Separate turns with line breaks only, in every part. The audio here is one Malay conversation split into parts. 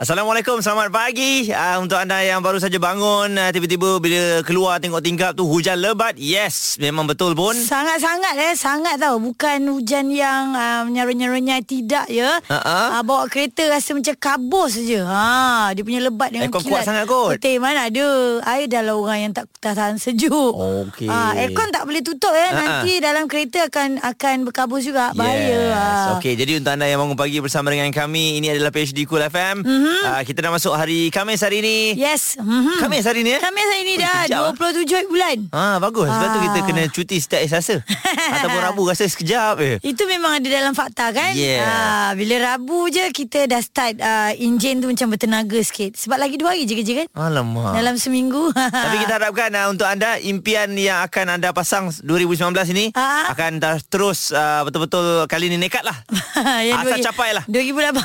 Assalamualaikum, selamat pagi uh, Untuk anda yang baru saja bangun uh, Tiba-tiba bila keluar tengok tingkap tu Hujan lebat, yes, memang betul pun
Sangat-sangat eh Sangat tau Bukan hujan yang uh, Menyerunyai-renyai Tidak ya
Ha-ha.
Ah,
uh, Bawa kereta
lah,
rasa macam kabus je ha, Dia punya lebat dengan
Aircon
kilat
kuat sangat kot.
Betul mana ada Saya adalah orang yang tak, tak tahan sejuk
Okey.
Ah, Aircon tak boleh tutup eh
Ha-ha.
Nanti dalam kereta akan akan berkabus juga Bahaya
Yes.
Ah.
Okey, jadi untuk anda yang bangun pagi bersama dengan kami Ini adalah PhD Cool FM
Mhm.
mm-hmm. uh, Kita dah masuk hari Khamis hari ini
Yes mm-hmm.
Khamis hari ini eh?
Khamis hari ni
Ui,
dah
kejap, ah.
27 bulan
Ah bagus. Sebab
Ah.
tu kita kena cuti setiap hari Selasa ataupun Rabu rasa sekejap eh. je.
Itu memang ada dalam fakta kan
Yeah.
Ah, Bila Rabu je Kita dah start uh, Enjin tu macam bertenaga sikit Sebab lagi dua hari je kerja kan
Alamak.
Dalam seminggu
Ah. Tapi kita harapkan uh, untuk anda impian yang akan anda pasang 2019 ini
Ah.
akan dah terus uh, betul-betul kali ni nekat lah. Asal
Ya, dua-
capai lah.
2018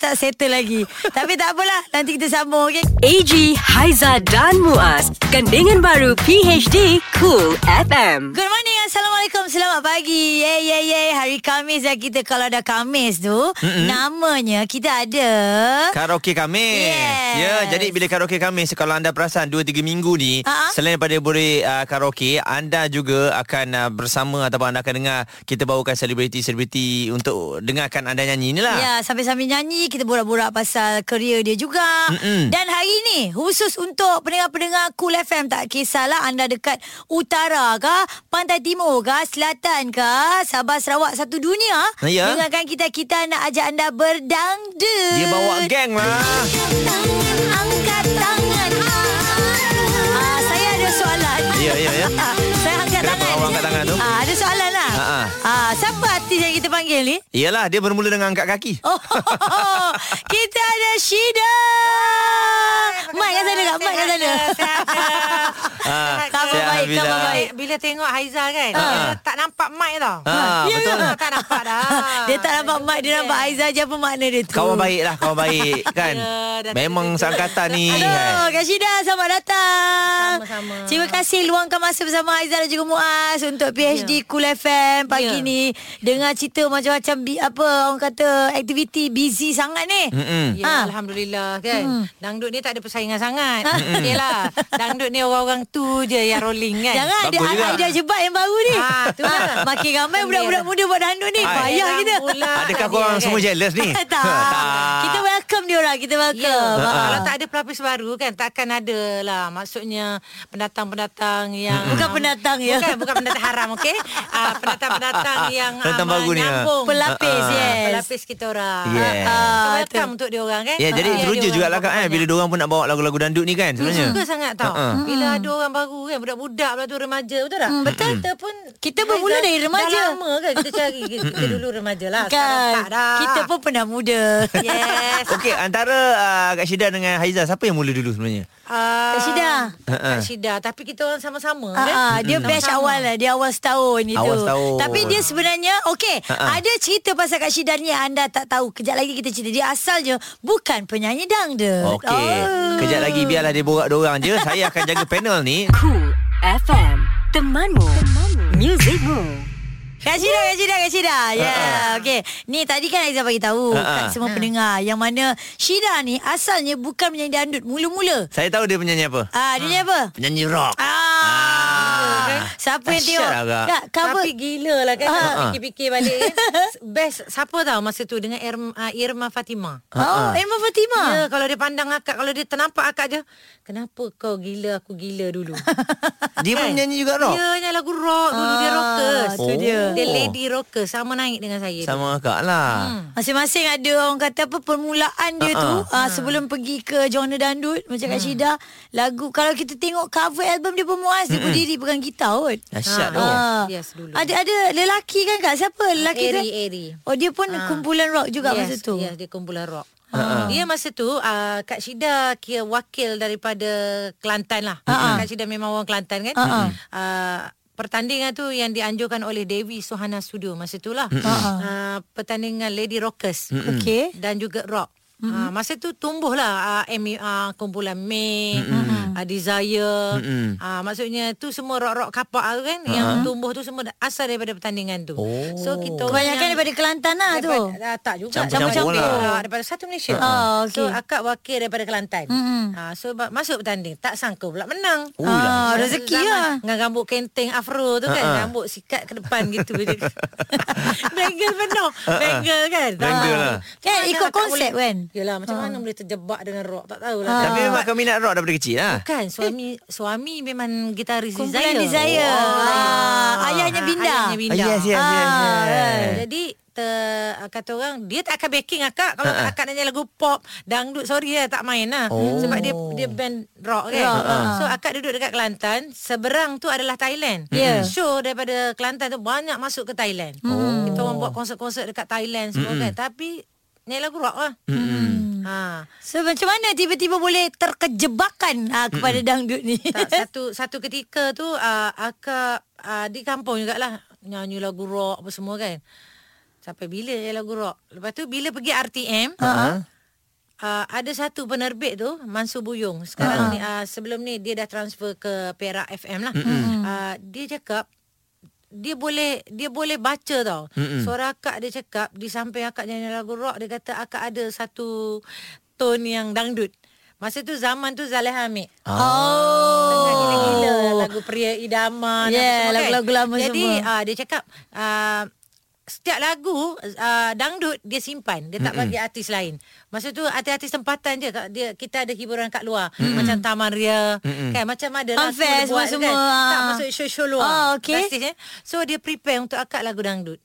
tak settle lagi Tapi tak apalah Nanti kita sambung okay?
AG, Haiza dan Muaz. Kandungan baru PHD Cool FM.
Good morning Assalamualaikum Selamat pagi Yeay yeay yeay Hari Khamis dah kita Kalau dah Khamis tu Mm-mm. Namanya kita ada
Karaoke Khamis.
Yes.
Ya, jadi bila karaoke Khamis kalau anda perasan 2 3 minggu ni
Ah.
selain daripada boleh uh, karaoke, anda juga akan uh, bersama ataupun anda akan dengar kita bawakan selebriti-selebriti untuk dengarkan anda nyanyi lah. inilah.
Ya, sambil-sambil nyanyi kita borak-borak pasal kerja dia juga.
Mm-mm.
Dan hari ni khusus untuk pendengar-pendengar Cool FM tak kisahlah anda dekat utara ke, pantai timur ke, selatan ke, Sabah Sarawak satu dunia.
Ya.
Dengarkan kita kita nak ajak anda berdangdut.
Dia bawa geng lah.
Tangan, angkat tangan. Ah, ah, saya ada soalan.
Ya, ya, ya.
Ah, saya angkat
Kenapa
tangan.
awak angkat tangan tu?
Ah, ada soalan lah.
Ah, ah.
Ah, siapa artis yang kita panggil ni?
Iyalah, dia bermula dengan angkat kaki.
Oh, kita ada Shida. Mak kat sana, Kak. Mak kat sana. Ya,
Ah,
Khabar
saya
baik, khabar
Alhamdulillah.
baik.
Eh, bila tengok Haiza kan
Ah.
Ha.
Haiza tak nampak mic tau. ah,
Ha,
Ya
betul.
ke?
Tak nampak dah.
dia tak nampak Mak, dia nampak Aizah je apa makna dia tu.
Kawan baik lah, kawan baik kan.
Ya, dah
Memang seangkatan ni. kan?
Aduh, Kak Shida, selamat datang.
Sama-sama.
Terima kasih luangkan masa bersama Aizah dan juga Muaz untuk PhD Cool FM pagi
Ya.
ni. Dengar cerita macam-macam bi- apa orang kata aktiviti busy sangat ni.
Mm-mm.
Ya,
Ah. Hmm.
Alhamdulillah kan Dangdut ni tak ada persaingan sangat Okey lah Dangdut ni orang-orang tu je yang rolling kan
Jangan ada
Bagus juga.
idea jebat yang baru ni.
Ah, tu lah.
Makin ramai budak-budak muda buat handuk ni.
Hai.
Payah kita.
Bulan
Adakah
dia,
korang
kan?
semua jealous ni?
ya,
Ha,
tak. Kita welcome dia orang. Kita
Ha. Ya,
welcome.
ha.
Ha.
kalau tak ada pelapis baru kan takkan ada lah maksudnya pendatang-pendatang yang
Bukan pendatang, ya.
Bukan bukan pendatang haram okey. Ah, pendatang-pendatang yang ah,
Pendatang baru ni, ah.
menyambung.
Pelapis,
Ah,
yes.
Pelapis kita orang.
Yeah.
So,
Ah,
welcome untuk dia orang kan.
Ya, jadi
Biar
teruja
dia orang
jugalah kan eh,
banyak.
bila diorang pun nak bawa lagu-lagu dandut ni kan sebenarnya.
Suka sangat tau
Ha-ha.
uh-uh. Bila
Hmm.
ada orang baru kan Budak-budak pula tu remaja Betul tak?
Hmm.
betul Kita pun
Kita bermula
dah-
dari Hmm. remaja.
Dah lama kan kita cari Kita,
Hmm.
kita dulu remaja lah Sekarang
Kan.
tak dah Ya.
Kita pun pernah muda.
Yes
Okey, antara uh, Kak Syida dengan Haiza, siapa yang mula dulu sebenarnya?
uh,
Kak Syida.
Ha-ha.
Kak Syida Tapi kita orang sama-sama
Ah,
kan
ah, dia batch awal lah Dia awal setahun itu
Awal setahun.
Tapi dia sebenarnya Okey
Ah, ah.
Ada cerita pasal Kak Syida ni yang Anda tak tahu Kejap lagi kita cerita Dia asal je Bukan penyanyi Oh. dangdut
Okey. Kejap lagi biarlah dia borak diorang je. Saya akan jaga panel ni.
Cool FM, temanmu, temanmu, muzikmu.
Kak Syida, Kak Syida, Kak Syida. Ya, yeah. okey. Ni tadi kan Aizah bagi tahu
Ha-ha.
kat semua pendengar yang mana Syida ni asalnya bukan menyanyi dandut mula-mula.
Saya tahu dia penyanyi apa.
Ah, dia ni apa?
Penyanyi rock.
Ah.
kan?
Siapa yang
Dahsyat
tengok?
agak.
Kak, cover.
Tapi gila lah kan
Ah.
Kalau Fikir-fikir balik kan Best Siapa tau masa tu Dengan Irma, ah, Irma Fatimah
Oh, Irma Fatima.
Ya, kalau dia pandang akak, kalau dia ternampak akak je, kenapa kau gila aku gila dulu?
Dia pun
Kan?
menyanyi juga rock.
Dia nyanyi lagu rock, dulu dia
Ah,
rockers.
tu dia.
Dia lady rockers, sama naik dengan saya. Sama.
Sama Kak
Hmm.
lah.
Masing-masing ada orang kata apa permulaan dia tu uh, sebelum pergi ke genre dandut macam
Hmm.
Kak Syida lagu kalau kita tengok cover album dia pun muas dia berdiri pegang gitar kot.
Dahsyat tu.
Ah.
Yes, dulu.
Ada ada lelaki kan Kak? Siapa lelaki tu?
Eri, Eri.
Oh dia pun kumpulan rock juga
Ah. yes,
masa tu. Ha.
Yes, dia kumpulan rock. Dia masa tu uh, Kak Syida kira wakil daripada Kelantan lah.
Ha.
Kak Syida memang orang Kelantan kan. Uh-uh. Uh, pertandingan tu yang dianjurkan oleh
Ha.
Dewi Suhana Sudu masa tu lah. Uh, pertandingan Ah, Lady Rockers.
Okey.
dan juga rock. Mm-hmm. Uh, masa tu tumbuhlah uh, M, uh, kumpulan May, mm-hmm. uh, Desire.
Mm-mm.
Mm-hmm. Uh, maksudnya tu semua rock-rock kapak tu kan uh-huh.
Ha.
yang tumbuh tu semua da- asal daripada pertandingan tu.
Oh.
So kita orang
Kebanyakan
yang-
daripada Kelantan lah tu.
Daripada, ah, tak juga
Campur-campur
lah.
Ah, daripada satu Malaysia.
Ah,
So
okey.
akak wakil daripada Kelantan.
Mm-mm.
Ah, so ba- masuk bertanding tak sangka pula menang.
Oh lah.
Ah, rezeki
Zaman
lah.
Dengan rambut kenteng afro tu kan
Ah, ah.
Rambut sikat ke depan gitu je Bengal penuh Bengal kan
Bengal
Ah.
lah.
Kan,
Macam
ikut
mana tak
konsep
boleh-
kan?
Yelah macam mana boleh terjebak dengan rock Tak tahulah
Ah.
kan.
Tapi memang kau minat rock daripada kecil lah.
Bukan suami suami memang gitaris
Kumpulan
Desire. Oh,
Desire. Ah, ayahnya Binda.
Ayahnya Binda.
Ah, yes, yes, yes,
Ah,
yes.
Ah, Jadi ter, ah, kata orang dia tak akan backing akak kalau uh-uh. akak nyanyi lagu pop dangdut sorry lah tak main lah
Oh.
oh. sebab dia dia band rock kan
Rock, ah.
so akak duduk dekat Kelantan seberang tu adalah Thailand
Ya.
show daripada Kelantan tu banyak masuk ke Thailand oh. kita orang buat konsert-konsert dekat Thailand semua mm kan tapi nyanyi lagu rock lah mm ha
So macam mana tiba-tiba boleh terkejebakan ah, kepada dangdut ni?
tak, satu satu ketika tu uh, akak uh, di kampung jugalah nyanyi lagu rock apa semua kan. Sampai bila je lagu rock. Lepas tu bila pergi RTM,
Ha?
uh, ada satu penerbit tu Mansur Buyung.
Ah.
Sekarang ni uh, sebelum ni dia dah transfer ke Perak FM lah. Uh, dia cakap dia boleh dia boleh baca tau. Mm-mm. Suara akak dia cakap di samping akak nyanyi lagu rock dia kata akak ada satu tone yang dangdut. Masa tu zaman tu Zaleha Hamid.
Ah.
Tengah gila-gila lagu pria idaman apa
Yeah,
semua kan.
lagu-lagu lama
Jadi,
semua.
ah, dia cakap ah, setiap lagu ah, dangdut dia simpan dia tak bagi artis lain masa tu artis-artis tempatan je Kak- dia kita ada hiburan kat luar macam Taman Ria kan macam ada lah
Unfair
aku boleh buat
semua-semua, ah.
tak masuk show-show luar
Ah, okey.
Dah stage, eh. so dia prepare untuk akak lagu dangdut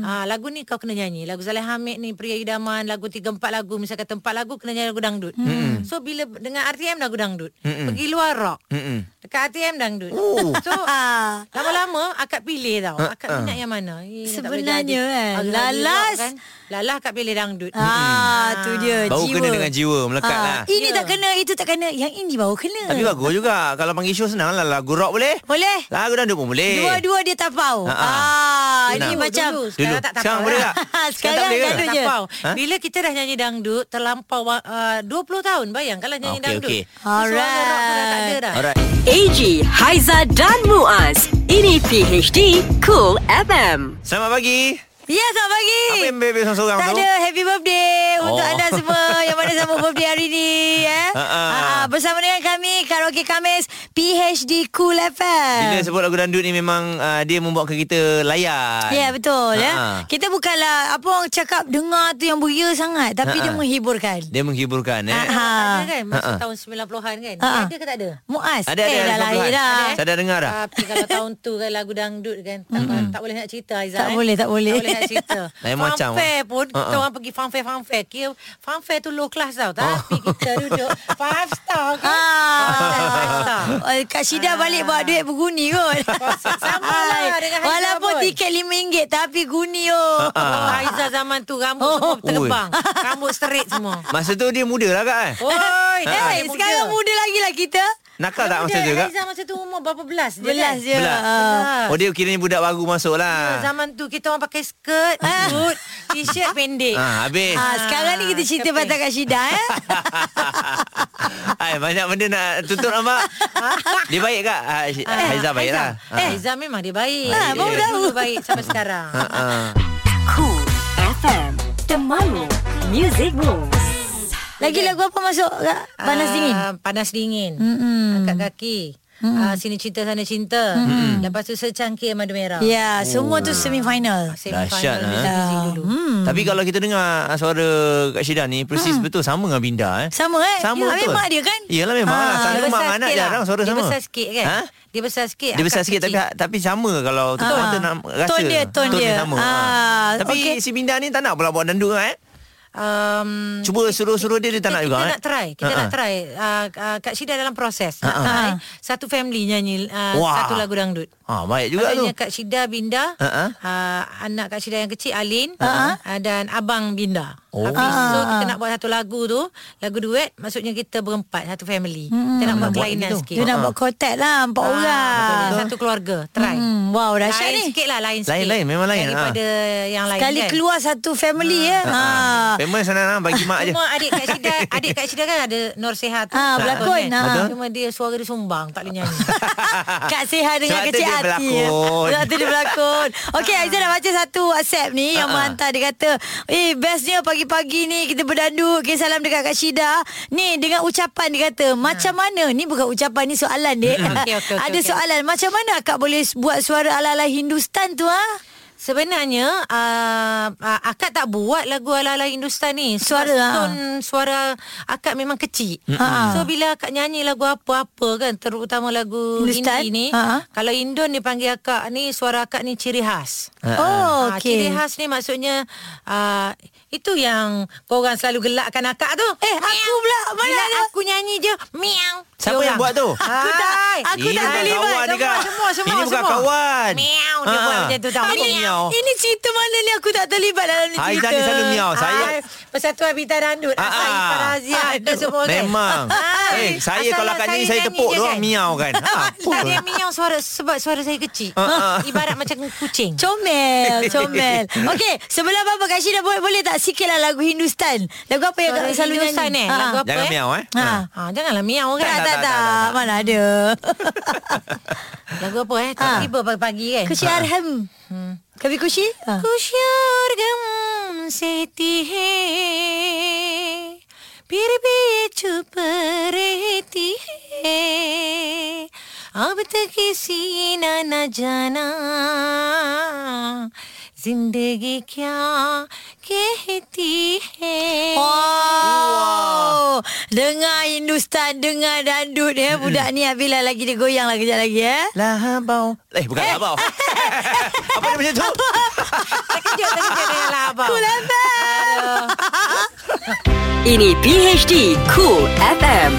ah, lagu ni kau kena nyanyi lagu Zalih Hamid ni pria idaman lagu 3 4 lagu misalkan tempat lagu kena nyanyi lagu dangdut so bila dengan RTM lagu dangdut pergi luar rock
Mm-mm.
Dekat ATM dangdut
Mm. Oh.
So
Ah.
Lama-lama Akak pilih tau
Ha,
Akak minat yang mana Eh, tak boleh
Sebenarnya,
jadi.
kan,
Hari-hari
lalas.
rock kan. Lalas akak pilih dangdut Hmm.
ah, tu dia
Baru
jiwa.
kena dengan jiwa melekat
Ah,
lah.
Ini
Ya.
tak kena, itu tak kena. Yang ini baru kena.
Tapi bagus juga Kalau panggil show senang lah Lagu rock boleh
Boleh?
Lagu dangdut pun boleh
Dua-dua dia tapau.
Ha, ha.
Ah, ini
Senang.
macam
Dulu,
Dulu.
Sekarang tak
Sekarang
tapau
boleh
lah.
tak? Sekarang tak
eh? Sekarang
boleh ke?
dangdut
Tak
je.
tapau.
Ha?
Bila kita dah nyanyi dangdut Terlampau uh, 20 tahun Bayang kalau
Ah,
nyanyi
Okey,
dangdut
okey.
So, suara rock pun dah tak ada dah
Alright
AG, Haiza dan Muaz. Ini PHD Cool FM.
Selamat pagi
Ya, selamat pagi.
Apa yang bebek seorang-seorang
Tak
tu?
ada happy birthday Eh, untuk
Oh.
anda semua yang mana sama birthday hari ni eh.
Ha, ha.
Ha, bersama dengan kami Karaoke Kamis PHD Cool FM.
Bila sebut lagu dangdut ni memang uh, dia membuatkan kita layan.
Ya yeah, betul ya.
Ha-ha.
Kita bukanlah apa orang cakap dengar tu yang beria sangat tapi dia
Ha-ha.
menghiburkan.
Dia menghiburkan eh.
Ha-ha.
Tak ada kan Masa
Ha-ha.
tahun 90-an kan
Ha-ha.
Ada ke tak ada?
Muaz eh,
Ada
Ah.
ada
dah lahir dah.
Saya dah dengar dah.
Ah, Tapi kalau tahun tu kan lagu dangdut kan tak, tak boleh nak cerita Aizah
Tak
eh.
boleh, tak boleh.
Tak boleh nak cerita
Lain
Fun
macam,
fair
ah.
pun Kita
Ha-ha.
orang pergi fun fair Fun fair Kira fun fair tu low class
Oh.
tau Tapi kita duduk Five star kan Five star
Ah. Oh, Kak Syida balik bawa duit berguni kot.
Sama lah dengan Haizah
Walaupun
pun.
tiket RM5 tapi guni oh.
Kalau Aizah zaman tu Rambut semua terbang Rambut straight semua
Masa tu dia muda lah kan?
Oi,
Eh,
dia
sekarang muda lagi lah kita.
Nakal tak masa tu
Dia
kak?
Aizah kan masa tu umur berapa belas je kan?
Belas je.
Belas.
Ah. Ya,
Oh dia kiranya budak baru masuk lah.
Zaman tu kita orang pakai skirt, boot, t-shirt
Ha,
pendek. Eh.
habis.
Ah, sekarang ni kita cerita
Keping.
pasal Kak Syida eh.
Hai, banyak benda nak tutup nampak. dia baik kak? Ha, Haizah baik lah. Ha.
Eh, Aizah memang dia baik.
Ah,
Dia
baru
dari
tahu. Ah,
dulu baik sampai sekarang.
Ha.
Eh.
Cool FM. Temanmu. Music Moves.
Lagi lagu apa masuk Kak? Panas
Ah,
dingin. Hmm.
Panas dingin.
Mm-mm.
Angkat kaki. Ah, sini cinta sana cinta. Lepas tu secangkir madu
Hmm.
merah.
Ya, semua
Oh.
tu semi final.
Semi
Dahsyat,
final
ah.
music music dulu.
Hmm.
Tapi kalau kita dengar ah, suara Kak Syida ni Persis
Hmm.
betul sama dengan Binda eh
Sama eh? Ya,
Sama betul
memang dia kan?
Yelah memang
Ah,
ha,
Dia
Selalu mak
besar
dengan anak
sikit lah.
jarang suara
Dia
sama
besar sikit kan?
Ha?
Dia besar sikit.
Dia besar
akak
sikit tapi ha,
kecil. Ah.
tapi sama kalau kita orang tu nak rasa.
Tone dia, tone dia.
sama.
Ah,
Ah. Tapi
okey.
si Binda ni tak nak pula buat dandut kan? Eh?
Um,
Cuba suruh-suruh dia dia tak nak
kita
juga
Kita
eh.
nak try Kita
Ha-ha.
nak try uh, uh, Kak Syida dalam proses Nak
Ha-ha.
try Satu family nyanyi uh,
Wah.
Satu lagu dangdut
Ha, baik juga tu.
Adanya Kak Syida Binda
Ha-ha.
uh, Anak Kak Syida yang kecil Alin uh, Dan Abang Binda
Oh.
Habis So kita nak buat satu lagu tu Lagu duet Maksudnya kita berempat Satu family Kita nak buat
buat
kelainan
gitu.
sikit
Hmm. Dia nak buat kotak lah Empat
Ah,
orang
betul. Satu keluarga Try
hmm, Wow dahsyat
Lain
ni
sikit lah Lain sikit
Lain-lain, memang lain, ha.
Daripada yang lain
Kali
kan
keluar satu
Hmm.
family ya
Ah,
ha.
Memang sana bagi mak je.
Cuma adik Kak Syida Adik Kak Syida kan ada Nur Sehat tu
Ah, berlakon,
kan?
ah.
Betul.
Cuma dia suara dia sumbang Tak boleh nyanyi
Kak Seha dengan
Sebab
kecil
tu dia
hati
berlakon.
Sebab tu dia berlakon Okey
Ah.
Aizah dah baca satu WhatsApp ni Yang
Ha-ha.
menghantar Dia kata Eh bestnya pagi-pagi ni Kita berdandu Okay salam dekat Kak Syida Ni dengan ucapan dia kata Macam mana Ni bukan ucapan ni soalan dia
Ah. Okey, okey, okey,
Ada
okey.
soalan Macam mana akak boleh Buat suara ala-ala Hindustan tu ha?
Sebenarnya uh, uh, akak tak buat lagu ala-ala Hindustan ni. Sebab
Suara, ah.
tone suara akak memang kecil.
Ah.
So bila akak nyanyi lagu apa-apa kan terutama lagu
Hindustan?
Hindi ni,
Ah.
kalau Indon dia panggil akak ni suara akak ni ciri khas.
Oh
Ah,
okay
Ciri khas ni maksudnya uh, itu yang korang selalu gelakkan akak tu.
Eh, aku pula. Mana
Bila
ada?
aku nyanyi je miang.
Siapa yang buat tu?
Aku tak- aku
Ini
tak
bukan
terlibat.
kawan ni, Kak.
Semua, semua, semua.
Ini bukan
semua.
kawan.
Miau dia
Ah.
buat macam tu tau.
Apa miau?
Ini cerita mana ni Aku tak terlibat
lah.
dalam ni
Aizah
cerita
ni selalu miau. Saya
Saya Persatuan Bita Dandut
Ah,
Asal
ah.
Ifar Razia Dan semua kan
Memang.
Ah.
Eh, saya
Asal
kalau kat ni saya
nyanyi
tepuk
je
dia orang
kan.
miau kan. Ha, apa?
Tak dia miau suara Sebab suara saya kecil
Ah, ah.
Ibarat macam kucing
Comel Comel Okey Sebelum apa-apa Kak Syida boleh, boleh tak sikit lah lagu Hindustan Lagu apa yang Kak
Suara
selalu
Hindustan,
nyanyi Ah,
eh? Lagu apa?
Jangan
eh?
miau eh.
Ha.
Ha.
ha, Janganlah miau
Tak
kan
tak tak,
tak, tak.
Mana ada
Lagu apa eh
Ah.
Tiba pagi-pagi kan
Kushi Arham Hmm. Kami Kushi ha.
Khushiyar गम सेती है फिर भी ये चुप रहती है अब तक किसी ना न जाना जिंदगी क्या कहती है
Wow. Dengar Hindustan Dengar dandut ya Budak ni Bila lagi dia goyang lah Kejap lagi ya
Lahabau. Eh, bukan lahabau. apa dia macam tu?
terkejut terkejut dengan labang.
Ini PHD Cool FM.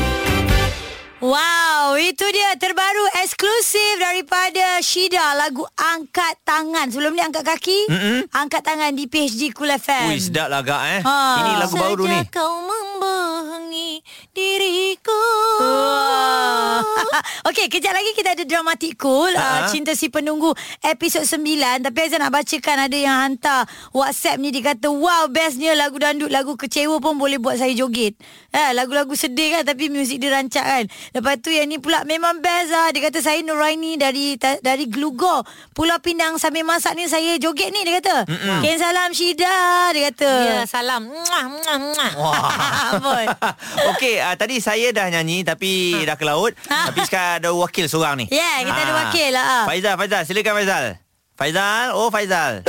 Wow, itu dia terbaru eksklusif daripada Shida lagu Angkat Tangan. Sebelum ni angkat kaki, mm-hmm. angkat tangan di PHD Cool FM.
Ui, sedap lah agak eh.
Ha.
Ini lagu baru ni.
Sejak kau membohongi diriku
Wah. ah, Okey, kejap lagi kita ada dramatik cool uh,
Ah,
Ha-ha.
Cinta si penunggu episod 9 Tapi Aizah nak bacakan ada yang hantar Whatsapp ni Dia kata wow bestnya lagu dandut Lagu kecewa pun boleh buat saya joget ha, Lagu-lagu sedih kan tapi muzik dia rancak kan Lepas tu yang ni pula memang best lah Dia kata saya Nuraini dari ta, dari Glugor Pulau Pinang sambil masak ni saya joget ni dia kata Ken salam Syida dia kata
Ya, salam. Muah, muah, muah.
Amboi.
Okey, uh, tadi saya dah nyanyi tapi dah ke laut. tapi sekarang ada wakil seorang ni.
Ha. Ya, kita ada wakil lah, ah.
Faizal, Faizal. Silakan Faizal. Faizal, oh Faizal.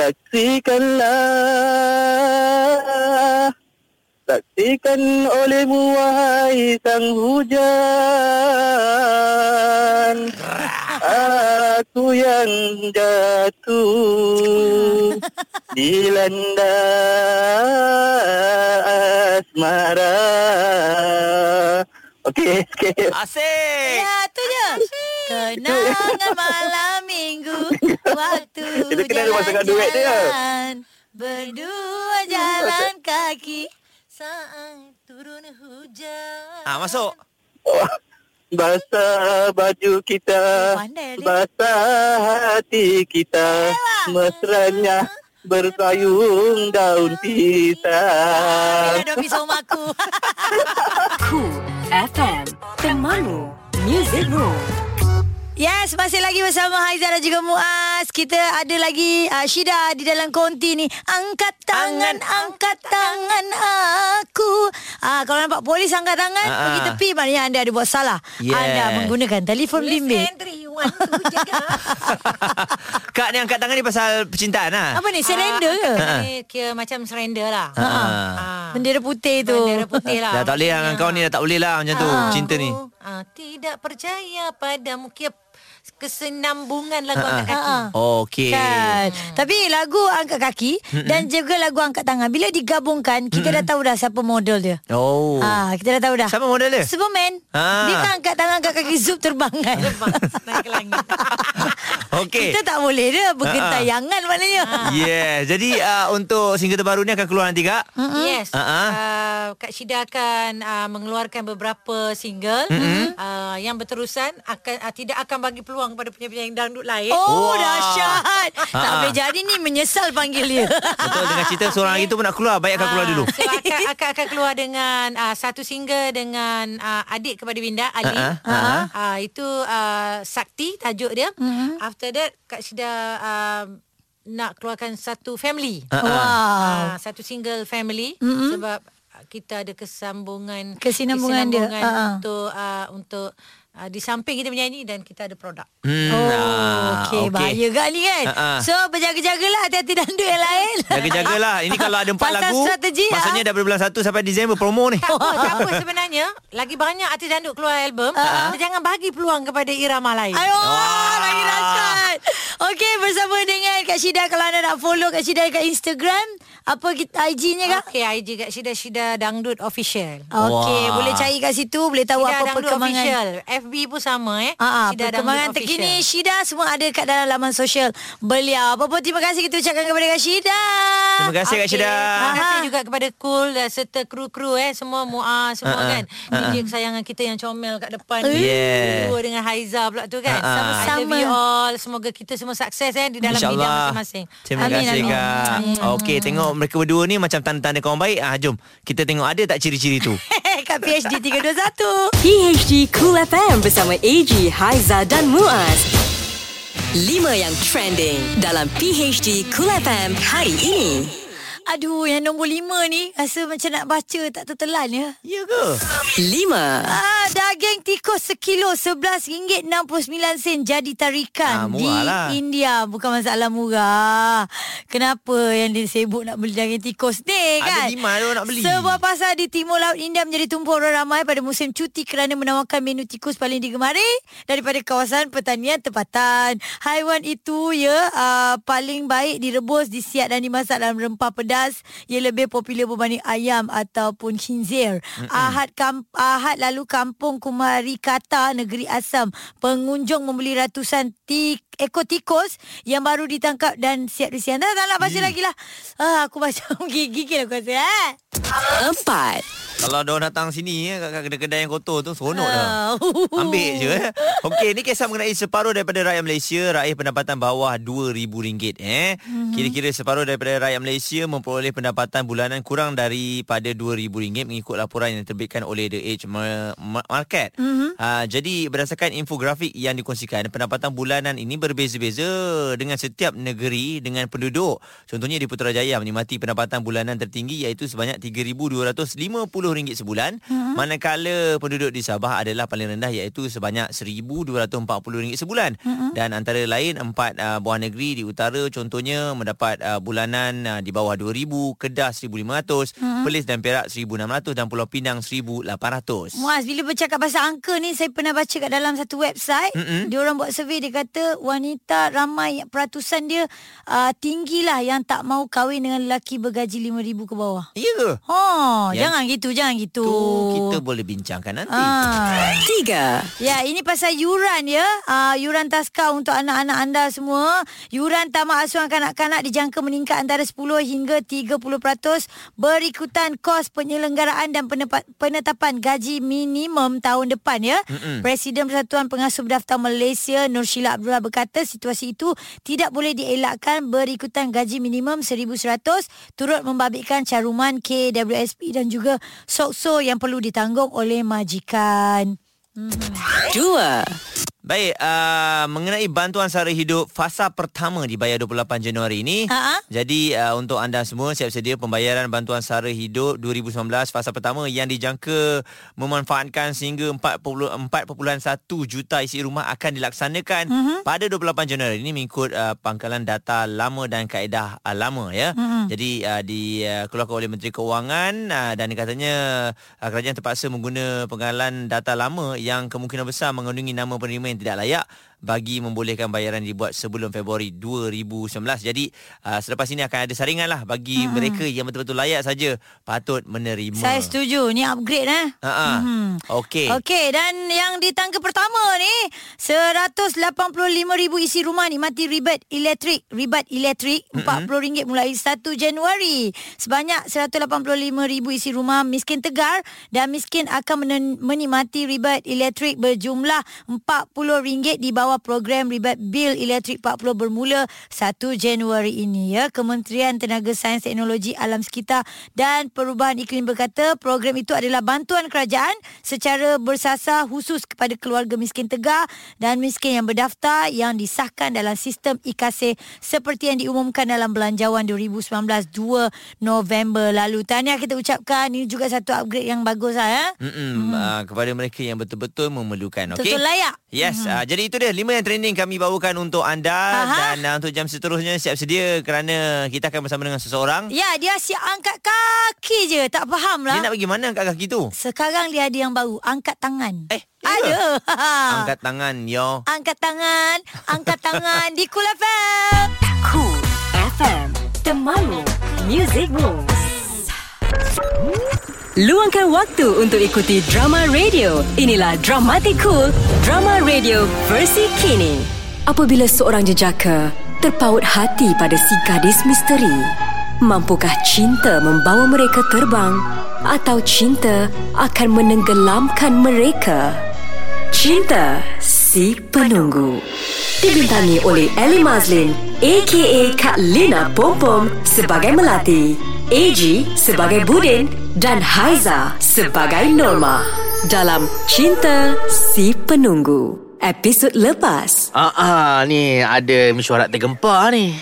Saksikanlah Saksikan olehmu wahai sang hujan Aku yang jatuh Dilanda asmara Okey, okey
Asyik.
Ya, tu je. Kenangan malam minggu waktu
Itu kena ada masa kat duet dia.
jalan-jalan berdua jalan kaki.
Saat turun hujan.
Ah, masuk.
Basah baju kita
Oh, pandai dia.
Basah hati kita Mesranya berpayung daun
Bila
Ah.
dua pisau
pisang
aku.
Cool FM. Temanmu. Music Room.
Yes, masih lagi bersama Haizah dan juga Muaz. Kita ada lagi uh, Syida di dalam konti ni. Angkat tangan, angkat tangan aku. Ah, kalau nampak polis angkat tangan,
Ah, ah.
pergi tepi maknanya anda ada buat salah.
Yes.
Anda menggunakan telefon bimbit.
entry one two
Kak ni angkat tangan ni pasal percintaan lah.
Apa ni? Surrender ke?
Kira macam surrender lah.
Ah.
Ah.
Bendera putih tu.
Bendera putih lah.
Dah
Kan.
tak boleh lah dengan kau ni Dah tak boleh lah macam tu Cinta ni
Ah, tidak percaya padamu Kira kesenambungan lagu angkat kaki.
ha. Okey.
Kan. Tapi lagu angkat kaki dan juga lagu angkat tangan bila digabungkan kita dah tahu dah siapa model dia.
Oh.
Ah, kita dah tahu dah.
Siapa model dia?
Superman.
Ah.
Dia kan angkat tangan angkat kaki zoom terbang kan.
Terbang naik ke langit.
Okey. Ah,
Kita tak boleh dia bergentayangan maknanya.
Yeah. Jadi uh, untuk single terbaru ni akan keluar nanti kak.
Hmm.
Yes.
Ah, ah.
Uh, Kak Syida akan uh, mengeluarkan beberapa single mm-hmm. uh, yang berterusan akan uh, tidak akan bagi peluang kepada penyanyi-penyanyi dangdut lain.
Oh,
Wah.
dahsyat. Tak
Ah.
boleh jadi ni menyesal panggil dia.
Betul dengan cerita seorang lagi tu pun nak keluar. Baik akan keluar
Ah,
dulu.
So akan, akan, akan keluar dengan uh, satu single dengan uh, adik kepada Winda Ali.
Ah,
Uh-huh.
ah, ah.
Uh, itu uh, Sakti tajuk dia.
Mm-hmm.
Uh-huh. After that Kak Syida uh, nak keluarkan satu family.
Ah, ah.
Wow.
Ah, satu single family mm-hmm. sebab ah, kita ada kesambungan
Kesinambungan dia.
kesinambungan
Ah, ah.
untuk uh, untuk uh, di samping kita menyanyi dan kita ada produk.
Hmm,
Oh,
ah,
okey. Bahaya gak ni kan?
Ah, ah.
So, berjaga-jagalah hati-hati ya. dandut yang lain.
Jaga-jagalah. Ini kalau ada empat
Pasal
lagu.
strategi, ah.
Maksudnya daripada bulan 1 sampai Disember promo ni.
Tak apa, tak apa sebenarnya lagi banyak artis dangdut keluar album, uh-huh. jangan bagi peluang kepada irama lain.
Ha. Ayo,
Wah.
lagi dahsyat. Okey, bersama dengan Kak Syida kalau anda nak follow Kak Syida dekat Instagram, apa kita IG-nya kak?
Okey, IG kat Syida Syida Dangdut Official.
Okey,
Wah.
boleh cari kat situ, boleh tahu
Syida
apa
Dangdut
perkembangan.
Official. FB pun sama eh.
Ah, ah,
Syida Dangdut
perkembangan
Official.
terkini Syida semua ada kat dalam laman sosial beliau. Apa pun terima kasih kita ucapkan kepada Kak Syida.
Terima kasih Kak
Okey,
Syeda.
Ha,
Terima kasih juga kepada Kul dan serta kru-kru eh semua Mua semua
Ha-ha.
kan. DJ kesayangan kita yang comel kat depan ni.
Yeah.
Dua dengan Haiza pula tu kan.
Ha-ha.
I love you all. Semoga kita semua sukses eh di dalam bidang
InsyaAllah
masing-masing.
Terima
Amin,
kasih
amin.
Kak Okey tengok mereka berdua ni Macam tanda-tanda kawan baik ah, Jom kita tengok ada tak ciri-ciri tu
Kak PhD 321.
PHD Cool FM bersama AG, Haiza dan Muaz. 5 yang trending dalam PHD Cool FM hari ini.
Aduh, yang nombor lima ni rasa macam nak baca tak tertelan ya.
Ya ke?
5.
Ah, daging tikus sekilo RM11.69 jadi
Ah,
tarikan di
murah lah.
India. Bukan masalah murah. Kenapa yang dia sibuk nak beli daging tikus ni
Ada
kan?
demand tu nak beli.
Sebuah pasar di timur laut India menjadi tumpu orang ramai pada musim cuti kerana menawarkan menu tikus paling digemari daripada kawasan pertanian tempatan. Haiwan itu ya uh, paling baik direbus, disiat dan dimasak dalam rempah pedas. Ia lebih popular berbanding ayam ataupun khinzir. Ahad kam, ahad lalu kampung Kumari Kata negeri Asam pengunjung membeli ratusan tik ekor tikus yang baru ditangkap dan siap disian. Dah tak nak baca lagi lah. Ah, aku baca gigil aku rasa. Eh?
4.
Kalau dia orang datang sini eh, Kat kedai-kedai yang kotor tu Seronok dah
Ah.
Ambil je eh. Okey, ni kisah mengenai separuh daripada rakyat Malaysia raih pendapatan bawah RM2,000 eh. Kira-kira separuh daripada rakyat Malaysia memperoleh pendapatan bulanan kurang daripada RM2,000 mengikut laporan yang diterbitkan oleh The Age Mar- Mar- Market. Ah, jadi berdasarkan infografik yang dikongsikan, pendapatan bulanan ini berbeza-beza dengan setiap negeri dengan penduduk. Contohnya di Putrajaya menikmati pendapatan bulanan tertinggi iaitu sebanyak RM3,250 sebulan, manakala penduduk di Sabah adalah paling rendah iaitu sebanyak RM1,240 sebulan. Dan antara lain empat uh, buah negeri di utara contohnya mendapat uh, bulanan uh, di bawah RM2,000, Kedah RM1,500, Perlis dan Perak RM1,600 dan Pulau Pinang RM1,800.
Muaz bila bercakap pasal angka ni saya pernah baca kat dalam satu website mm-hmm. dia orang buat survey dia kata wanita ramai peratusan dia uh, tinggilah yang tak mau kahwin dengan lelaki bergaji 5000 ke bawah.
Ya ke?
Ha,
Yang-
jangan gitu, jangan gitu.
Tu kita boleh bincangkan nanti.
Ah.
3.
Ya, ini pasal yuran ya. Uh, yuran taska untuk anak-anak anda semua. Yuran tamak asuhan kanak-kanak dijangka meningkat antara 10 hingga 30% berikutan kos penyelenggaraan dan penepa- penetapan gaji minimum tahun depan ya. Mm-mm. Presiden Persatuan Pengasuh Berdaftar Malaysia Nur Sheila Abdullah berkata situasi itu tidak boleh dielakkan berikutan gaji minimum 1100 turut membabitkan caruman KWSP dan juga sokso yang perlu ditanggung oleh majikan.
Hmm.
2.
Baik, uh, mengenai bantuan sara hidup fasa pertama dibayar 28 Januari ini.
Ha?
Jadi uh, untuk anda semua siap sedia pembayaran bantuan sara hidup 2019 fasa pertama yang dijangka memanfaatkan sehingga 40 4.1 juta isi rumah akan dilaksanakan uh-huh. pada 28 Januari ini mengikut uh, pangkalan data lama dan kaedah uh, lama ya. Uh-huh. Jadi uh, dikeluarkan oleh Menteri Kewangan uh, dan katanya uh, kerajaan terpaksa mengguna pengkalan data lama yang kemungkinan besar mengandungi nama penerima yang yang tidak layak bagi membolehkan bayaran dibuat sebelum Februari 2019. Jadi uh, selepas ini akan ada saringan lah bagi hmm. mereka yang betul-betul layak saja patut menerima.
Saya setuju. Ni upgrade eh.
Ha
Mhm.
Okey.
Okey dan yang di tangga pertama ni 185,000 isi rumah nikmati rebate elektrik. Rebate elektrik RM40 mulai 1 Januari. Sebanyak 185,000 isi rumah miskin tegar dan miskin akan menen- menikmati rebate elektrik berjumlah RM40 di bawah program rebate bil elektrik 40 bermula 1 Januari ini ya. Kementerian Tenaga Sains Teknologi Alam Sekitar dan Perubahan Iklim berkata program itu adalah bantuan kerajaan secara bersasar khusus kepada keluarga miskin tegar dan miskin yang berdaftar yang disahkan dalam sistem IKASE seperti yang diumumkan dalam Belanjawan 2019 2 November lalu. Tahniah kita ucapkan ini juga satu upgrade yang bagus lah ya.
Mm-mm, uh, kepada mereka yang betul-betul memerlukan okey
Betul-betul layak. Hmm.
Yes, mm-hmm. uh, jadi itu dia lima yang trending kami bawakan untuk anda
Aha.
dan uh, untuk jam seterusnya siap sedia kerana kita akan bersama dengan seseorang.
Ya, dia asyik angkat kaki je. Tak faham lah.
Dia nak bagi mana angkat kaki tu?
Sekarang dia ada yang baru Angkat tangan
Eh, ya ke?
Ada
Angkat tangan yo.
Angkat tangan Angkat tangan Di Kul FM
Cool FM Temanmu Music Moves Luangkan waktu untuk ikuti drama radio. Inilah Dramatic Cool, drama radio versi kini. Apabila seorang jejaka terpaut hati pada si gadis misteri, mampukah cinta membawa mereka terbang atau cinta akan menenggelamkan mereka? Cinta Si Penunggu Dibintangi oleh Ellie Mazlin A.K.A. Kak Lina Pompom sebagai Melati AG sebagai Budin dan Haiza sebagai Norma dalam Cinta Si Penunggu episod lepas
Ah, ah ni ada mesyuarat tergempar ni.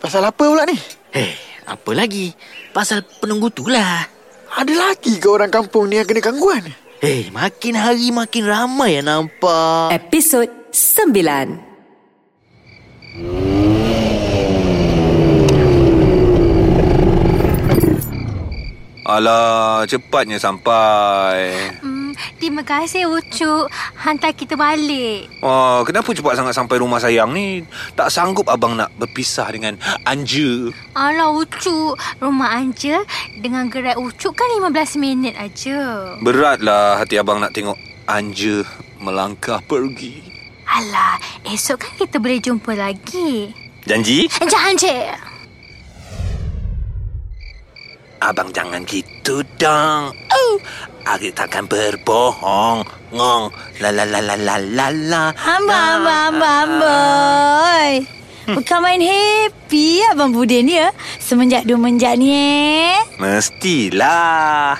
Pasal apa pula ni?
Hei, apa lagi? Pasal penunggu tu lah.
Ada lagi ke orang kampung ni yang kena gangguan?
Hei, makin hari makin ramai yang nampak.
episod sembilan
Alah, Lah, cepatnya sampai.
Hmm, terima kasih Ucuk hantar kita balik.
Oh, kenapa cepat sangat sampai rumah sayang ni? Tak sanggup abang nak berpisah dengan Anja.
Alah Ucuk, rumah Anja dengan gerai Ucuk kan 15 minit aja.
Beratlah hati abang nak tengok Anja melangkah pergi.
Alah, esok kan kita boleh jumpa lagi. Eh,
Janji?
Jangan je.
Abang jangan gitu dong. Oh, aku takkan berbohong. Ngong. La la la la la la la.
Hamba hamba hamba hamba Oi. Bukan main happy Abang Budin ya Semenjak dia menjak ni eh
Mestilah.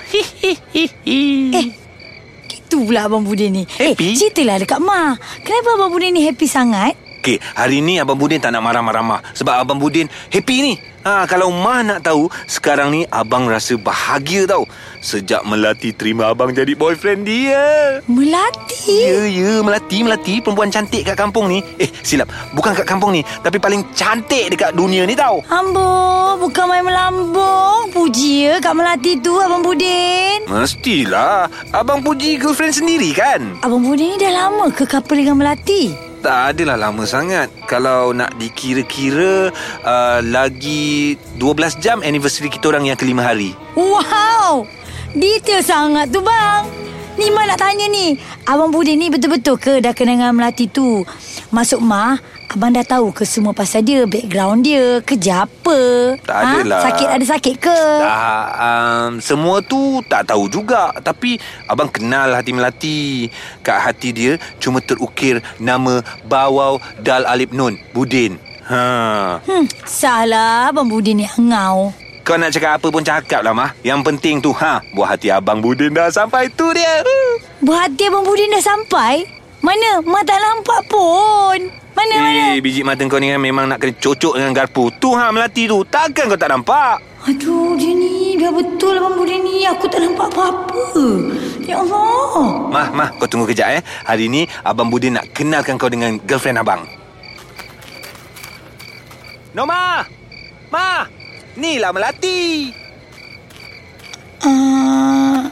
Gitu pula Abang Budin ni Eh
Happy?
ceritalah dekat Ma Kenapa Abang Budin ni happy sangat
Okey, hari ni Abang Budin tak nak marah-marah-marah sebab Abang Budin happy ni. Ha, kalau Mah nak tahu, sekarang ni Abang rasa bahagia tau. Sejak Melati terima Abang jadi boyfriend dia.
Melati
Ya, ya, Melati, Melati, perempuan cantik kat kampung ni. Eh, silap. Bukan kat kampung ni, tapi paling cantik dekat dunia ni tau.
Ambo Bukan main melambung Puji ya Kak Melati tu Abang Budin
Mestilah. Abang puji girlfriend sendiri kan?
Abang Budin ni dah lama ke couple dengan Melati?
Tak adalah lama sangat. Kalau nak dikira-kira, uh, lagi 12 jam anniversary kita orang yang kelima hari.
Wow! Detail sangat tu bang. Ni Ma nak tanya ni. Abang Budin ni betul-betul ke dah kenal dengan Melati tu? Masuk Ma, abang dah tahu ke semua pasal dia, background dia, kerja apa? Ha?
Tak lah. adalah.
Sakit ada sakit ke?
Ah, um, semua tu tak tahu juga Tapi abang kenal hati Melati Kat hati dia cuma terukir nama Bawau Dal Alip Nun Budin ha.
Hmm, salah Abang Budin ni angau.
Kau nak cakap apa pun cakap lah mah Yang penting tu ha Buah hati abang Budin dah sampai tu dia
Berhati Oh, Abang Budin dah sampai? Mana? Ma tak nampak pun. Mana, mana?
Eh biji mata kau ni kan memang nak kena cocok dengan garpu Tu ha Melati tu Takkan kau tak nampak
Aduh, dia ni dah betul Abang Budin ni. Aku tak nampak apa-apa. Ya Allah.
Mah, mah, kau tunggu kejap eh. Hari ni Abang Budin nak kenalkan kau dengan girlfriend abang. Noma! Ma! Ni lah Melati.
Ah...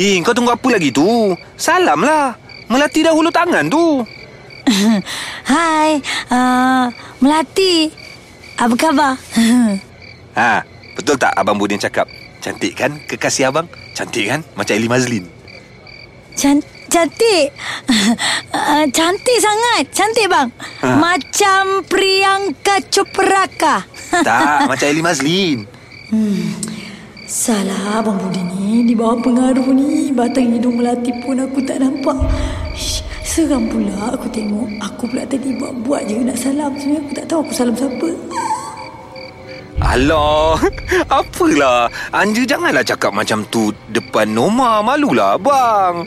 Eh, kau tunggu apa lagi tu? Salam lah. Melati dah hulur tangan tu.
Hai, uh, Melati. Apa khabar?
Ha, betul tak Abang Budin cakap? Cantik kan kekasih abang? Cantik kan? Macam Eli Mazlin.
Can- cantik. Uh, cantik sangat. Cantik bang.
Ha.
Macam Priyanka Chopraka.
tak, macam Eli Mazlin.
Salah Abang Budi ni Di bawah pengaruh ni Batang hidung melati pun aku tak nampak Ish, Seram pula aku tengok Aku pula tadi buat-buat je nak salam Sebenarnya aku tak tahu aku salam siapa
Alah, apalah. Anja janganlah cakap macam tu depan Noma. Malulah abang.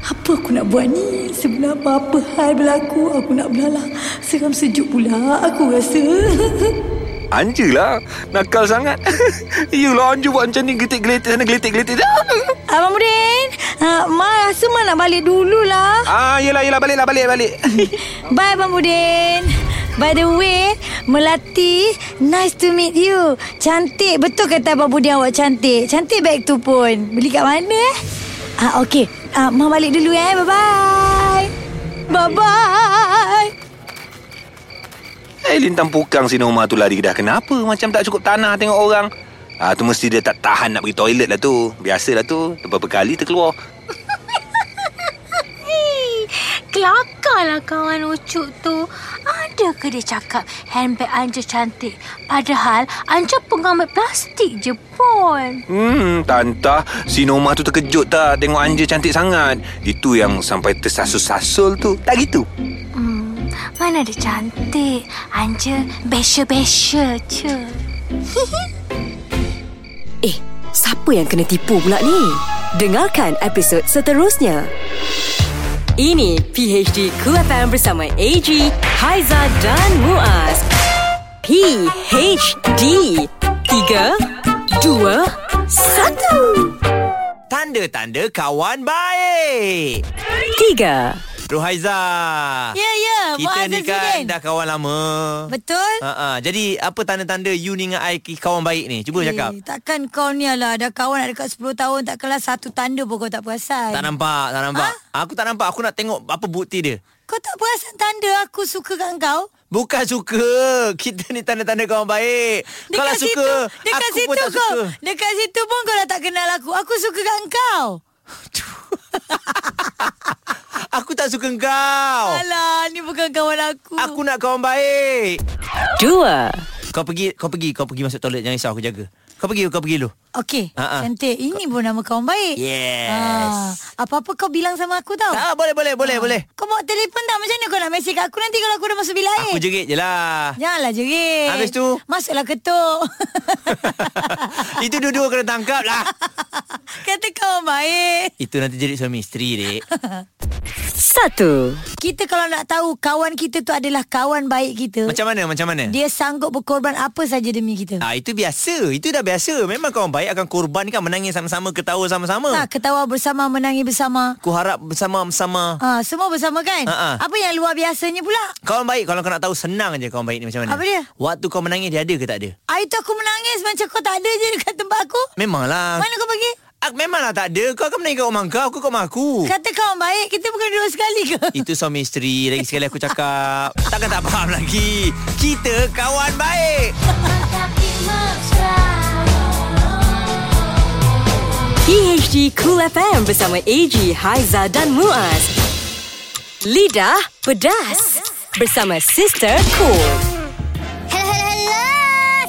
Apa aku nak buat ni Sebelum apa-apa hal berlaku Aku nak belalah Seram sejuk pula aku rasa
Anja lah. Nakal sangat. Yelah, Anja buat macam ni. Gelitik-gelitik sana, gelitik-gelitik.
Abang Budin uh, Ma rasa Ma nak balik dululah
ah, yelah, yelah. Baliklah, balik, balik.
Bye Abang Budin By the way Melati Nice to meet you Cantik Betul kata Abang Budin awak cantik Cantik bag tu pun Beli kat mana eh Ah Okay ah, Ma balik dulu eh Bye bye Bye bye
Eh, lintang pukang si Noma tu lari dah. Kenapa? Macam tak cukup tanah tengok orang. Ah, tu mesti dia tak tahan nak pergi toilet lah tu. Biasalah tu. Beberapa kali terkeluar.
Kelakarlah kawan Ucuk tu. Adakah dia cakap handbag Anja cantik? Padahal Anja pengamat plastik je pun.
Hmm, tantah si Noma tu terkejut tak tengok Anja cantik sangat. Itu yang sampai tersasul-sasul tu. Tak gitu.
Hmm, mana dia cantik? Anja besya-besya je.
Eh, siapa yang kena tipu pula ni? Dengarkan episod seterusnya. Ini PHD Cool FM bersama AG, Haiza dan Muaz. PHD 3 2 1
Tanda-tanda kawan baik.
3
Ruhaiza.
Ya ya
Kita ni kan dah kawan lama.
Betul
Ha jadi apa tanda-tanda you dengan I ki- kawan baik ni?
Eh.
Cuba cakap.
Takkan kau ni lah Dah kawan nak dekat 10 tahun Takkanlah satu tanda pun kau tak perasan
Tak nampak, tak nampak.
Ah?
Aku tak nampak. Aku nak tengok apa bukti dia.
Kau tak perasan tanda aku suka kat kau
Bukan suka. Kita ni tanda-tanda kawan baik. Kalau lah suka,
situ, dekat
aku
situ
pun tak
kau,
suka.
Dekat situ pun kau dah tak kenal aku. Aku suka kat kau.
Aku tak suka kau.
Alah, ni bukan kawan aku.
Aku nak kawan baik.
2
Kau pergi, kau pergi, kau pergi masuk toilet jangan risau aku jaga. Kau pergi, kau pergi dulu.
Okey,
Ha, ha.
cantik. Ini pun nama kawan baik.
Yes.
Ah, apa-apa kau bilang sama aku tau.
Ah, boleh boleh boleh boleh.
Kau bawa telefon tak macam mana kau nak mesej kat aku nanti kalau aku dah masuk bilik air.
Aku jerit je lah.
Janganlah jerit.
Habis tu?
Masuklah ketuk.
Itu dua-dua kena tangkap lah.
Kata kawan baik.
Itu nanti jerit suami isteri, dek.
1
Kita kalau nak tahu kawan kita tu adalah kawan baik kita.
Macam mana, macam mana?
dia sanggup berkorban apa saja demi kita.
Ah itu biasa. Itu dah biasa. Memang kawan baik akan korbankan menangis sama-sama, ketawa sama-sama.
Ha, ketawa bersama, menangis bersama.
Aku harap bersama-sama.
Ha, semua bersama kan?
Ha, ha.
Apa yang luar biasanya pula?
Kawan baik kalau kau nak tahu senang je kawan baik ni macam mana.
Apa dia?
Waktu kau menangis dia ada ke tak ada?
Hari tu aku menangis macam kau tak ada je dekat tempat aku.
Memanglah.
Mana kau pergi?
Aku memanglah tak ada. Kau akan menangis kat rumah kau, aku kat rumah aku.
Kata kawan baik, kita bukan dua sekali ke?
Itu suami isteri Lagi sekali aku cakap Takkan tak faham lagi Kita kawan baik
PHD Cool FM bersama AG, Haiza dan Muaz. Lidah Pedas bersama Sister Cool.
Hello, hello, hello.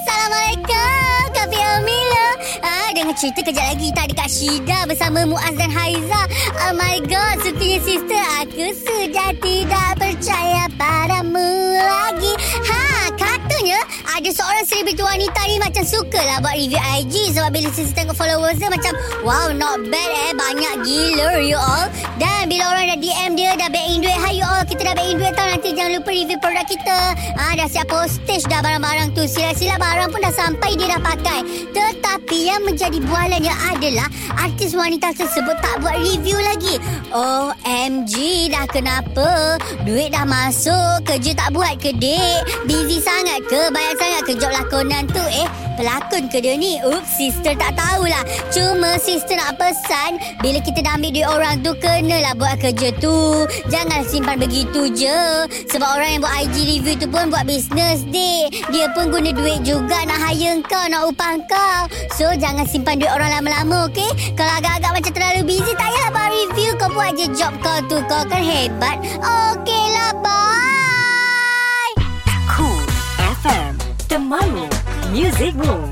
Assalamualaikum. Kami Amila. Ah, dengan cerita kejap lagi tadi Kak Syida bersama Muaz dan Haiza. Oh my God, sukanya sister aku sudah tidak percaya padamu lagi. Ha, katanya ada seorang selebriti wanita ni macam sukalah buat review IG sebab bila sister tengok followers dia macam wow, not bad eh. Banyak gila you all. Dan bila orang dah DM dia dah back in duit. Hai you all, kita dah back in duit tau. Nanti jangan lupa review produk kita. Ah, dah siap postage dah barang-barang tu. Sila-sila barang pun dah sampai dia dah pakai. Tetapi yang menjadi bualannya adalah artis wanita tersebut tak buat review lagi. OMG, dah kenapa? Duit dah masuk, kerja tak buat ke dek? Busy sangat ke? Banyak sangat ke job lakonan tu eh? pelakon ke dia ni? Oops, sister tak tahulah. Cuma sister nak pesan, bila kita dah ambil duit orang tu, kenalah buat kerja tu. Jangan simpan begitu je. Sebab orang yang buat IG review tu pun buat bisnes, dek. Dia pun guna duit juga nak hire kau, nak upah kau. So, jangan simpan duit orang lama-lama, okey? Kalau agak-agak macam terlalu busy, tak payahlah buat review. Kau buat je job kau tu. Kau kan hebat. Okeylah, bye.
Cool FM Temanmu Music Rules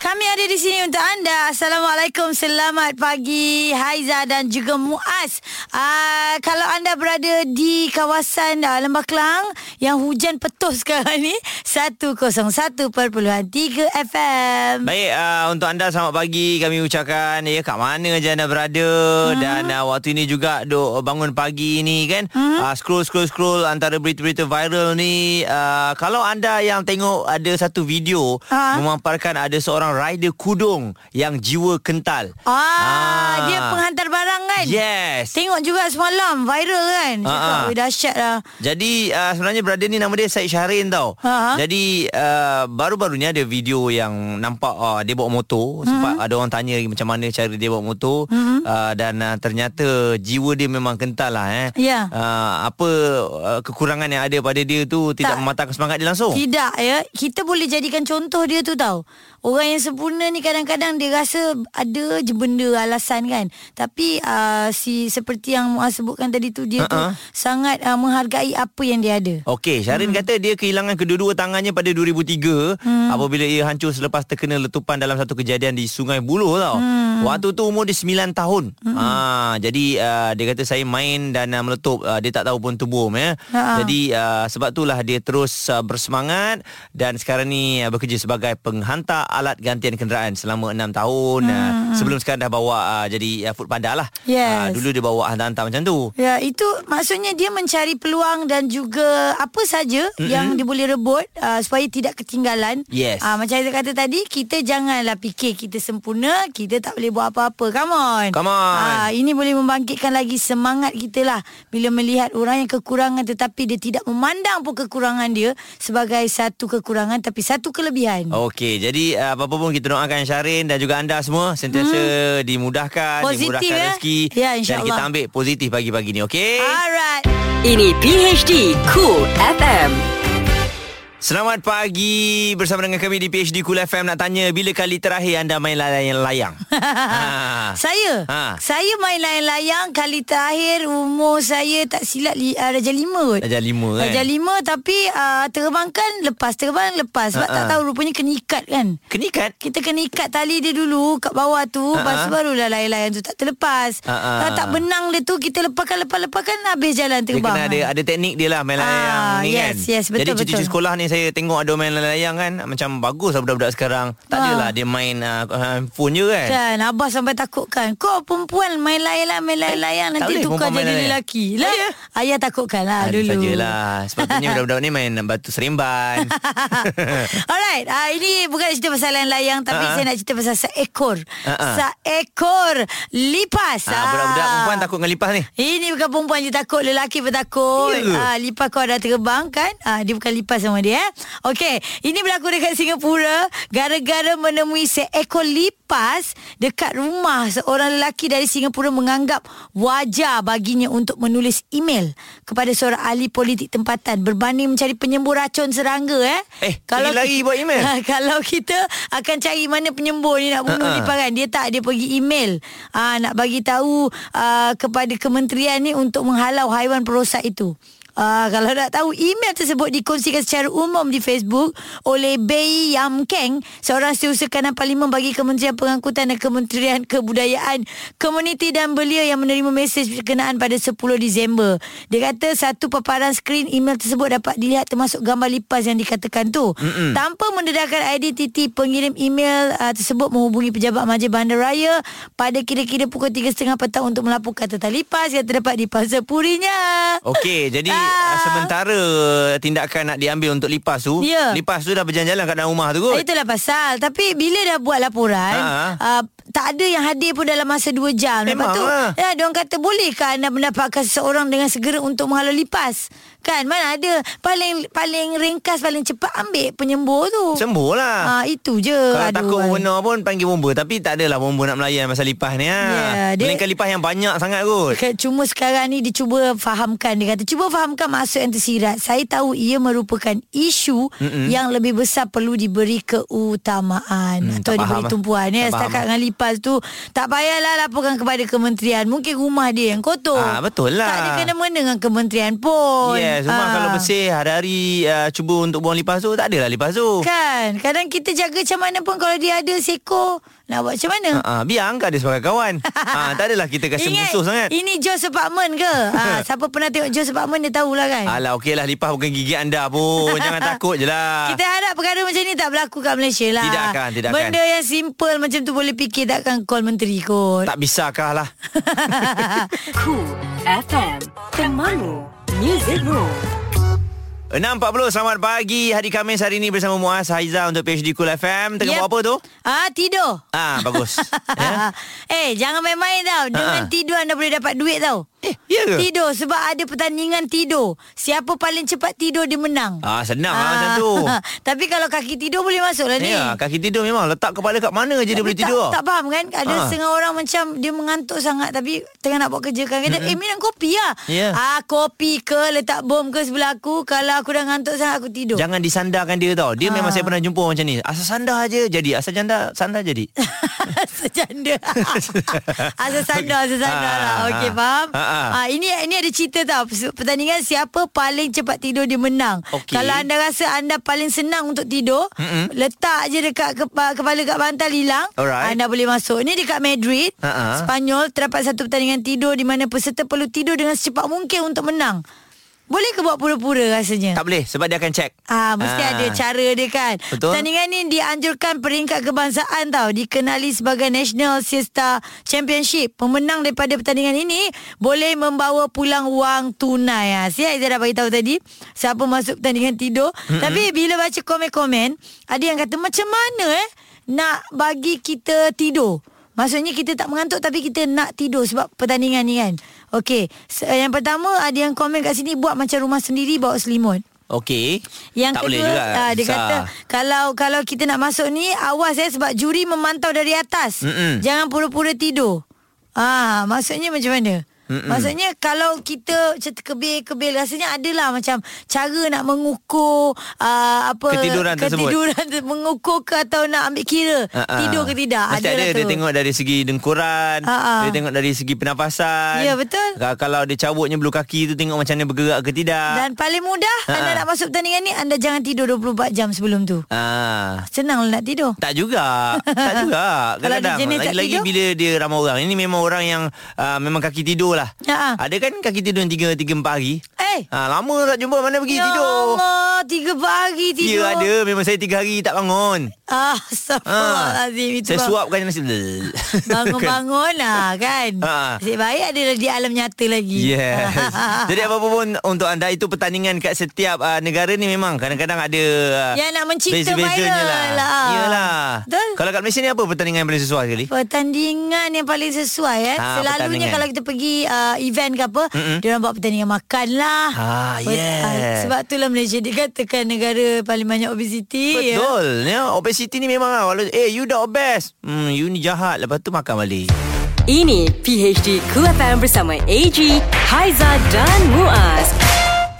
Kami ada di sini untuk anda. Assalamualaikum, selamat pagi Haiza dan juga Muaz. Uh, kalau anda berada di kawasan uh, Lembah Kelang yang hujan petuh sekarang ni, 101.3 FM.
Baik, uh, untuk anda selamat pagi kami ucapkan ya kat mana je anda berada hmm. dan uh, waktu ini juga duk bangun pagi ni kan hmm. uh, scroll scroll scroll antara berita-berita viral ni uh, kalau anda yang tengok ada satu video
Ha?
memamparkan ada seorang rider kudung yang jiwa kental.
Ah, dia penghantar barang kan?
Yes.
Tengok juga semalam viral kan?
Ah,
Cakap,
ah.
uh dahsyat lah.
Jadi uh, sebenarnya brother ni nama dia Syed Syahrin tau.
Ha.
Jadi uh, baru-baru ni ada video yang nampak uh, dia bawa motor.
Mm-hmm.
Sempat ada orang tanya macam mana cara dia bawa motor uh, dan uh, ternyata jiwa dia memang kental lah eh.
Ya.
Uh, apa uh, kekurangan yang ada pada dia tu tidak
Tak.
mematahkan semangat dia langsung.
Tidak ya Kita boleh jadikan contoh dia tu tau Orang yang sempurna ni kadang-kadang dia rasa ada je benda alasan kan Tapi uh, si seperti yang Muaz sebutkan tadi tu
Ha,
Dia uh-uh. tu sangat uh, menghargai apa yang dia ada
Okey, Syarin hmm. kata dia kehilangan kedua-dua tangannya pada 2003 hmm. apabila ia hancur selepas terkena letupan dalam satu kejadian di Sungai Buloh tau. Hmm. Waktu tu umur dia 9 tahun. Hmm. Ha, jadi uh, dia kata saya main dan uh, meletup uh, dia tak tahu pun tubuh ya.
Ha-ha.
Jadi uh, sebab itulah dia terus uh, bersemangat dan sekarang ni uh, bekerja sebagai penghantar alat gantian kenderaan selama 6 tahun. Hmm. Uh, sebelum sekarang dah bawa uh, jadi uh, food panda lah.
Yes.
Uh, dulu dia bawa hantar-hantar macam tu.
Ya, itu maksudnya dia mencari peluang dan juga apa saja mm-hmm. yang dia boleh rebut uh, supaya tidak ketinggalan.
Yes.
Uh, macam saya kata tadi, kita janganlah fikir kita sempurna, kita tak boleh buat apa-apa. Come on.
Come on.
Ah, ini boleh membangkitkan lagi semangat kita lah bila melihat orang yang kekurangan tetapi dia tidak memandang pun kekurangan dia sebagai satu kekurangan tapi satu kelebihan.
Okey, jadi uh, apa-apa pun kita doakan Syarin dan juga anda semua sentiasa hmm. dimudahkan,
Positif,
dimurahkan
eh?
rezeki
Ya,
dan
insyaAllah. Ah.
kita ambil positif pagi-pagi ni, okey?
Alright.
Ini PHD Cool FM
Selamat pagi bersama dengan kami di PhD Cool FM nak tanya bila kali terakhir anda main layang-layang? ha.
Saya
Ha.
Saya main layang-layang Kali terakhir Umur saya tak silap li, uh, Darjah lima kot
Darjah lima, kan?
Darjah lima Tapi uh, terbang kan lepas Terbang lepas Sebab
Ha,
tak
ha.
tahu rupanya kena ikat kan
Kenikat?
kita kena ikat tali dia dulu kat bawah tu uh-huh. lepas tu barulah layang-layang tu tak terlepas.
Ha, ha.
Kalau Ah, tak benang dia tu kita lepaskan lepaskan habis jalan
Oh, Dia
terbang.
kena ada ada teknik dia lah main layang
Ah,
ni kan.
yes, yes, betul,
Jadi cucu-cucu
betul.
sekolah ni saya tengok ada main layang kan macam bagus lah budak-budak sekarang. Tak
Ah.
adalah dia main uh, handphone je kan.
Kan Abah sampai takutkan Kau perempuan main layan-layan Main layan-layan
tak
Nanti
boleh
tukar
perempuan main
jadi
layan.
lelaki lah, Ayah, ayah takutkan lah
Ada
dulu
Ah, sajalah Sepatutnya budak-budak ni main batu seremban
Alright, uh, ini bukan nak cerita pasal layang-layang
Ha,
tapi
ha.
uh-huh. saya nak cerita pasal seekor.
Ha, ha.
Uh-huh. Seekor lipas.
ha, Budak-budak perempuan takut dengan lipas ni
Ini bukan perempuan je takut Lelaki pun takut
Ya ke?
ah, Lipas kau dah terbang kan ah, Dia bukan lipas sama dia eh? Okey Ini berlaku dekat Singapura Gara-gara menemui seekor lipas Dekat rumah Seorang lelaki dari Singapura Menganggap wajar baginya Untuk menulis email Kepada seorang ahli politik tempatan Berbanding mencari penyembuh racun serangga eh,
Eh, pergi lari buat email?
Kalau kita akan cari mana penyembur ni nak bunuh
Ha-ha.
uh-uh. lipas kan dia tak dia pergi email ah nak bagi tahu ah, kepada kementerian ni untuk menghalau haiwan perosak itu. Ah, kalau nak tahu email tersebut dikongsikan secara umum di Facebook oleh Bei Yam Keng seorang setiausaha kanan parlimen bagi Kementerian Pengangkutan dan Kementerian Kebudayaan Komuniti dan Belia yang menerima mesej berkenaan pada 10 Disember. Dia kata satu paparan skrin email tersebut dapat dilihat termasuk gambar lipas yang dikatakan tu. Mm-mm. Tanpa mendedahkan identiti pengirim email uh, tersebut menghubungi pejabat majlis bandaraya pada kira-kira pukul 3.30 petang untuk melaporkan tentang lipas yang terdapat di pasar purinya.
Okey, jadi ah.
Ah.
sementara tindakan nak diambil untuk lipas tu,
Ya.
lipas tu dah berjalan-jalan kat dalam rumah tu kot.
Itulah pasal Tapi bila dah buat laporan
Ha.
uh, tak ada yang hadir pun dalam masa 2 jam. Lepas
Memang
tu,
lah.
ya, diorang kata bolehkah anda mendapatkan seseorang dengan segera untuk menghalau lipas? Kan, mana ada paling paling ringkas, paling cepat ambil penyembuh tu.
Sembuh lah.
Ah itu je.
Kalau
Aduh,
takut
ai.
membena pun panggil bomba Tapi tak adalah bomba nak melayan pasal lipas ni ha.
Ya, dia-
Melainkan lipas yang banyak sangat kot
Ke- Cuma sekarang ni dia cuba fahamkan Dia kata cuba fahamkan maksud yang tersirat Saya tahu ia merupakan isu Mm-mm. Yang lebih besar perlu diberi keutamaan
Hmm,
hmm, Atau
tak faham
diberi
lah.
tumpuan ya,
Tak faham
Setakat
lah.
dengan lipas tu Tak payahlah laporkan kepada kementerian Mungkin rumah dia yang kotor
Ah, betul lah.
Tak ada kena-mena dengan kementerian pun
Yes Rumah
Ah.
kalau bersih Hari-hari uh, cuba untuk buang lipas tu Tak adalah lipas tu
Kan Kadang kita jaga macam mana pun Kalau dia ada seko Nak buat macam mana
Ha, biar angkat dia sebagai kawan. ha, tak adalah kita kasi
Ingat,
musuh sangat.
Ini Joe's apartment ke? ha, siapa pernah tengok Joe's apartment dia tahulah kan.
Alah okey lah lipas bukan gigi anda pun. Jangan takut je lah.
Kita harap perkara macam ni tak berlaku kat Malaysia lah.
Tidak akan, tidak akan.
Benda yang simple macam tu boleh fikir takkan call menteri kot.
Tak bisakah lah.
Cool FM Temanmu Music Room
6.40 selamat pagi Hari Khamis hari ini bersama Muaz Haiza untuk PhD Cool FM. Tengah
Yep.
buat apa tu?
Ah tidur.
Ah bagus.
Yeah. eh jangan main-main tau. Dengan
Ha-ha.
tidur anda boleh dapat duit tau. Eh,
ya ke?
Tidur sebab ada pertandingan tidur. Siapa paling cepat tidur dia menang.
Ah senang lah macam tu.
Tapi kalau kaki tidur boleh masuk lah ah, ni.
Ya, kaki tidur memang letak kepala kat mana je dia boleh
tak,
tidur.
Tak faham kan Ada
Ha.
ha. setengah orang macam Dia mengantuk sangat Tapi tengah nak buat kerja kan Kata eh minum kopi lah
Ya.
ah, Kopi ke Letak bom ke sebelah aku Kalau aku dah ngantuk sangat Aku tidur
Jangan disandarkan dia tau. Dia memang saya
Ah.
pernah jumpa macam ni. Asal sandar je jadi. Asal janda sandar jadi.
Sejanda Asal sandar Asal
Ah,
sandar Ah, lah Okey
ah.
faham
Ah, ah.
ah, Ini ini ada cerita tau Pers- Pertandingan siapa paling cepat tidur Dia menang
Okey.
Kalau anda rasa anda paling senang untuk tidur
Mm-mm.
Letak je dekat kepa- kepala kat bantal hilang
Alright.
Anda boleh masuk Ini dekat Madrid
Ah, ah.
Spanyol Terdapat satu pertandingan tidur Di mana peserta perlu tidur dengan secepat mungkin Untuk menang boleh ke buat pura-pura rasanya?
tak boleh sebab dia akan check.
Ah,
Ah.
mesti ah. ada cara dia kan.
Betul.
Pertandingan ni dianjurkan peringkat kebangsaan tau. Dikenali sebagai National Siesta Championship. Pemenang daripada pertandingan ini boleh membawa pulang wang tunai. Ha. Si Aizah dah bagi tahu tadi siapa masuk pertandingan tidur. Mm-hmm. Tapi bila baca komen-komen, ada yang kata macam mana eh nak bagi kita tidur? Maksudnya kita tak mengantuk tapi kita nak tidur sebab pertandingan ni kan. Okey, Se- yang pertama ada yang komen kat sini buat macam rumah sendiri bawa selimut.
Okey.
Yang
tak
kedua,
boleh juga.
ah, dia
Susah.
kata kalau kalau kita nak masuk ni awas eh sebab juri memantau dari atas.
Mm-mm.
Jangan pura-pura tidur. Ah, maksudnya macam mana? Mm-mm. Maksudnya kalau kita macam terkebil-kebil rasanya adalah macam cara nak mengukur uh, apa
Ketiduran tersebut.
ketiduran te- mengukur ke atau nak ambil kira
Ah, ah.
tidur ke tidak.
Mesti ada
Adalah
Dia
tu.
tengok dari segi dengkuran
Ah, ah.
Dia tengok dari segi pernafasan
Ya, betul.
Ka- Kalau dia cabutnya bulu kaki tu Tengok macam mana bergerak ke tidak
Dan paling mudah
Ah,
anda
ah.
nak masuk pertandingan ni anda jangan tidur 24 jam sebelum tu.
Ah,
Senang lah nak tidur.
tak juga Tak juga
Kalau dia jenis
Kadang-kadang
tak
Lagi-lagi
tidur?
bila dia ramai orang Ini memang orang yang uh, Memang kaki tidur lah
Ah, ah.
Ada kan kaki tidur yang 3-4 hari
Eh.
ah, Lama tak jumpa Mana pergi
ya
tidur
Allah, tiga pagi
Ya
tidur.
ada Memang saya 3 hari tak bangun
Ah,
Ah,
Astagfirullahaladzim. Itu
Saya
bang-
suapkan nasi
Bangun-bangun lah kan.
Ha. Ya.
Nasib baik ada di alam nyata lagi.
Yes. Jadi apa pun untuk anda itu pertandingan kat setiap uh, negara ni memang kadang-kadang ada uh,
Yang nak mencipta
beza-bezanya
viral lah.
Yalah.
Betul?
Kalau kat Malaysia ni apa pertandingan yang paling sesuai sekali?
Pertandingan yang paling sesuai eh.
Ah,
Selalunya
pertandingan.
kalau kita pergi uh, event ke apa, mm-hmm. dia orang buat pertandingan makan lah.
Ah,
Pert-
yeah.
ah, sebab itulah Malaysia dikatakan negara paling banyak obesiti. ya.
Betul. Ya, obesity ni memang lah. Walau, eh, you dah obes. Hmm, you ni jahat. Lepas tu makan balik.
Ini PHD Cool FM bersama AG, Haiza dan Muaz.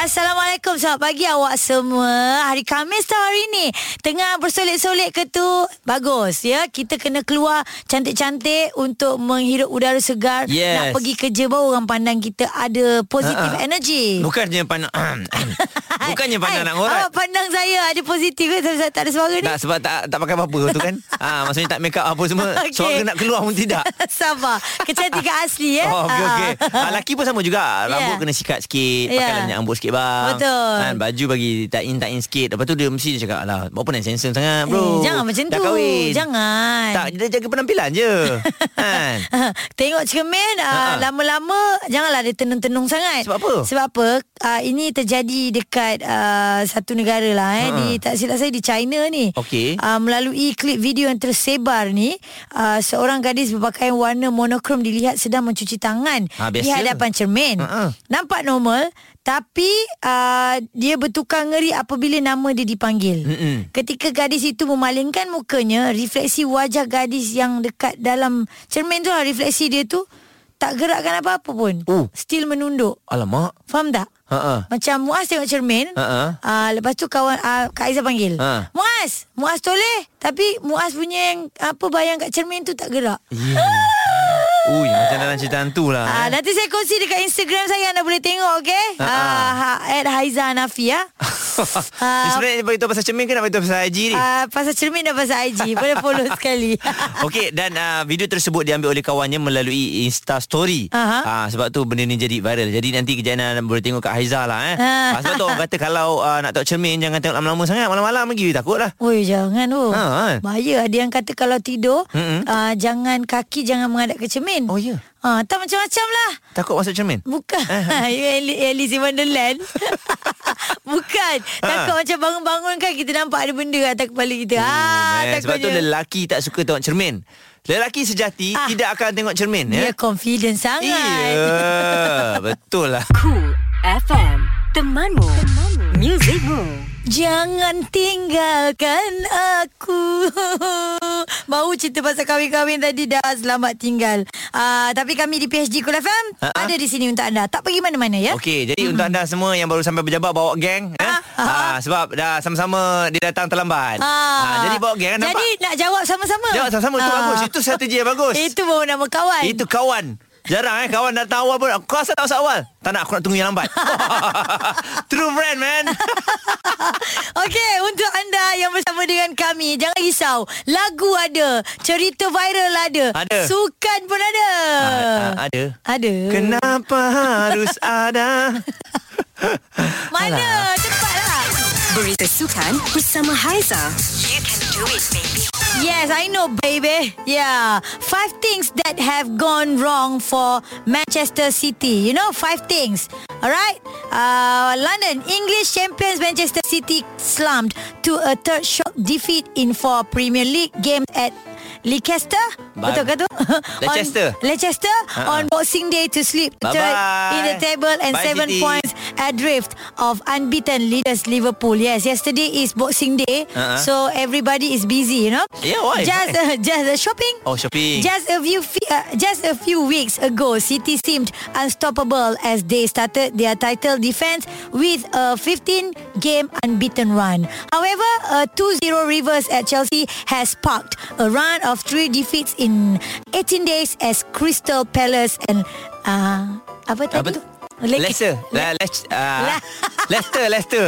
Assalamualaikum Selamat pagi awak semua Hari Khamis tau hari ni Tengah bersolek-solek ke tu Bagus ya Kita kena keluar Cantik-cantik Untuk menghirup udara segar
Yes.
Nak pergi kerja baru Orang pandang kita Ada positive
Ha-ha.
energy Eh,
Bukannya pandang... Bukannya pandang nak ngorat.
Awak pandang saya Ada positif ke Sebab tak ada suara ni
Tak sebab tak tak pakai apa-apa tu kan. Ah maksudnya tak make up apa semua.
Okey.
Suara nak keluar pun tidak.
Sabar Kecantikan asli ya
Oh, okey, okey.
Ha-ha.
Ah, laki pun sama juga. Rambut
Yeah.
kena sikat sikit.
Yeah.
Pakai minyak rambut sikit, bang.
Ya. Betul.
Kan, baju bagi tain-tain sikit. Lepas tu dia mesti dia cakap, alah, buat apa nak handsome sangat bro.
Eh, jangan macam
Dah
tu.
kahwin.
Jangan.
Tak, dia jaga penampilan je. kan?
Tengok cermin uh,
Ha-ha.
Lama-lama Janganlah dia tenung-tenung sangat
Ha, Sebab apa?
Sebab apa uh, Ini terjadi dekat uh, Satu negara lah eh,
Ha.
di, Tak silap saya di China ni
Okey.
uh, Melalui klip video yang tersebar ni uh, Seorang gadis berpakaian warna monokrom Dilihat sedang mencuci tangan
Ha, biasa. Ha,
Di hadapan cermin
Ha-ha.
Nampak normal Tapi uh, Dia bertukar ngeri Apabila nama dia dipanggil
Mm-mm.
Ketika gadis itu memalingkan mukanya, refleksi wajah gadis yang dekat dalam cermin tu lah, refleksi dia tu tak gerakkan apa-apa pun.
Oh.
Still menunduk.
Alamak.
Faham tak?
Ha-ha.
Macam Muaz tengok cermin.
Ha-ha.
Uh, lepas tu kawan uh, Kak Aizah panggil.
Ha.
Muaz, Muaz toleh. Tapi Muaz punya yang apa bayang kat cermin tu tak gerak.
Yeah. Ui, macam dalam cerita hantu lah.
Ah,
eh.
nanti saya kongsi dekat Instagram saya anda boleh tengok okey.
Ha, ha.
Ah, ha, at Haizah Nafia.
Dia sebenarnya dia beritahu pasal cermin ke nak beritahu pasal haji ni?
Ah, pasal cermin dan pasal IG Boleh follow sekali
Okey dan uh, video tersebut diambil oleh kawannya melalui Insta story.
Aha.
Uh, sebab tu benda ni jadi viral. Jadi nanti kejadian anda boleh tengok kat Haizah lah eh.
Ah.
Uh, sebab tu orang kata kalau uh, nak tengok cermin jangan tengok lama-lama sangat malam-malam lagi takut lah.
Oi jangan oh. tu
Ha, kan?
Bahaya ada yang kata kalau tidur
Mm-mm.
uh, Jangan kaki jangan menghadap ke cermin
Oh, ya?
Ah, Tak macam-macam lah
Takut masuk cermin.
Bukan
Eh.
You Ali- Alice in Wonderland Bukan
Ha.
Takut macam bangun-bangun kan Kita nampak ada benda atas kepala kita oh, ah,
Man, Eh, sebab tu
takutnya.
lelaki tak suka tengok cermin. Lelaki sejati
Ah.
tidak akan tengok cermin
Dia
ya.
confident sangat
Iya, betul lah.
Cool FM. Temanmu. Temanmu. Musicmu.
Jangan tinggalkan aku. Baru cerita pasal kahwin-kahwin tadi dah selamat tinggal. Uh, tapi kami di PHD Cool FM uh-huh.
Ha-ha.
ada di sini untuk anda. Tak pergi mana-mana ya.
Okey, jadi untuk anda semua yang baru sampai berjabat bawa geng, eh?
Ah, ah.
Ah, sebab dah sama-sama dia datang terlambat. Ah, jadi bawa geng kan nampak?
Jadi nak jawab sama-sama.
Jawab sama-sama Itu
Ah.
bagus Itu strategi yang bagus
Itu kan. baru nama kawan.
Itu kawan Jarang eh Kawan datang awal pun Kau asal tak masuk awal Tak nak aku nak tunggu yang lambat True friend man
Okey, untuk anda yang bersama dengan kami, jangan risau. Lagu ada, cerita viral ada,
Ada.
sukan pun ada.
Ah, ah, Ada
Ada.
Kenapa harus ada lah.
Mana? lah. Cepatlah.
Berita sukan bersama Haiza. You can do it, baby.
Yes, I know, baby. Yeah. Five things that have gone wrong for Manchester City. You know, five things. Alright? Uh, London, English champions Manchester City slumped to a third shock defeat in four Premier League games at Leicester.
Ba-
Betul ke tu?
Leicester.
on, Leicester
Ha-ha.
on Boxing Day to sleep
Bye-bye.
third in the table and
Bye,
seven
City.
points adrift of unbeaten leaders Liverpool. Yes, yesterday is Boxing Day.
Ha-ha.
So everybody is busy, you know?
Yeah, why?
Just uh,
Why?
just uh, shopping.
Oh shopping
Just a few fe- uh, just a few weeks ago, City seemed unstoppable as they started their title defense with a 15-game unbeaten run. However, a 2-0 reverse at Chelsea has sparked a run of three defeats in 18 days as Crystal Palace and uh, apa tadi?
Apa tu?
Le-
Leicester Le- Leic- ah. Leicester Leicester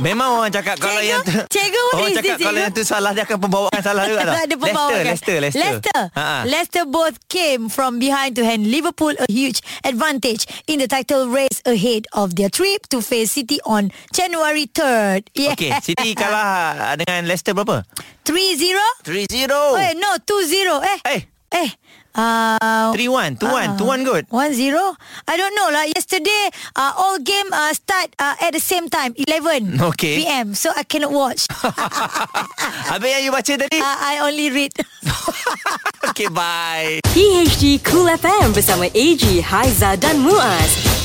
Memang orang cakap Kalau
Cikgu,
yang tu
cikgu, what
Orang
is
cakap
this,
kalau
cikgu?
yang tu salah Dia akan pembawaan salah juga tau
ada pembawa
Leicester
kan?
Leicester Ah,
Leicester.
Ha-ha.
Leicester both came from behind to hand Liverpool a huge advantage in the title race ahead of their trip to face City on January 3rd. Yeah.
Okey, City kalah ah, dengan Leicester berapa?
3-0?
3-0.
Oh. Eh, no, 2-0. Eh.
Eh.
Eh. Uh,
3-1, 2-1, 2-1 good.
1-0 I don't know lah Yesterday uh, All game uh, start uh, At the same time 11
Okay.
PM So I cannot watch uh,
Habis yang you baca tadi?
I only read
Okey, bye.
PHD Cool FM bersama AG, Haiza dan Muaz.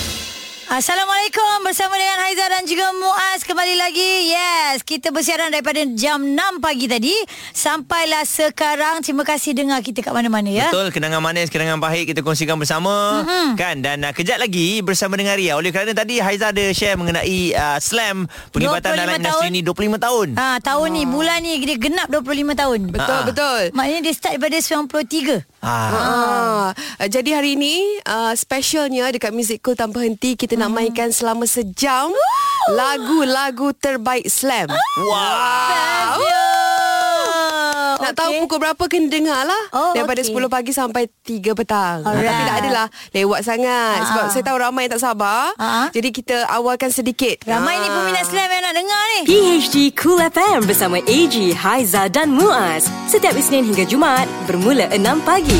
Assalamualaikum bersama dengan Haiza dan juga Muaz kembali lagi. Yes, kita bersiaran daripada jam 6 pagi tadi sampailah sekarang. Terima kasih dengar kita kat mana-mana ya.
Betul, kenangan manis, kenangan pahit kita kongsikan bersama mm-hmm. kan dan uh, kejap lagi bersama dengan Ria oleh kerana tadi Haiza ada share mengenai uh, slam penglibatan
25
dalam industri
tahun.
ni 25 tahun. Ha.
Ha, tahun ni, bulan ni dia genap 25 tahun.
Betul,
Ha-ha.
betul.
Maknanya dia start daripada 93.
Ah.
Ah. Ah, Jadi hari ini uh, specialnya dekat Music Cool Tanpa Henti kita
Hmm.
nak mainkan selama sejam
Ah.
lagu-lagu terbaik slam.
Wow.
Oh.
Nak tahu pukul berapa kena dengar lah.
Oh,
Daripada
okey.
10 pagi sampai 3 petang. Ah, Tapi
Alright.
tak adalah lewat sangat. Sebab
Ah.
saya tahu ramai yang tak sabar. Jadi kita awalkan sedikit. Ah.
Ramai ni peminat slam yang nak dengar ni.
PHD Cool FM bersama AG, Haiza dan Muaz. Setiap Isnin hingga Jumaat bermula 6 pagi.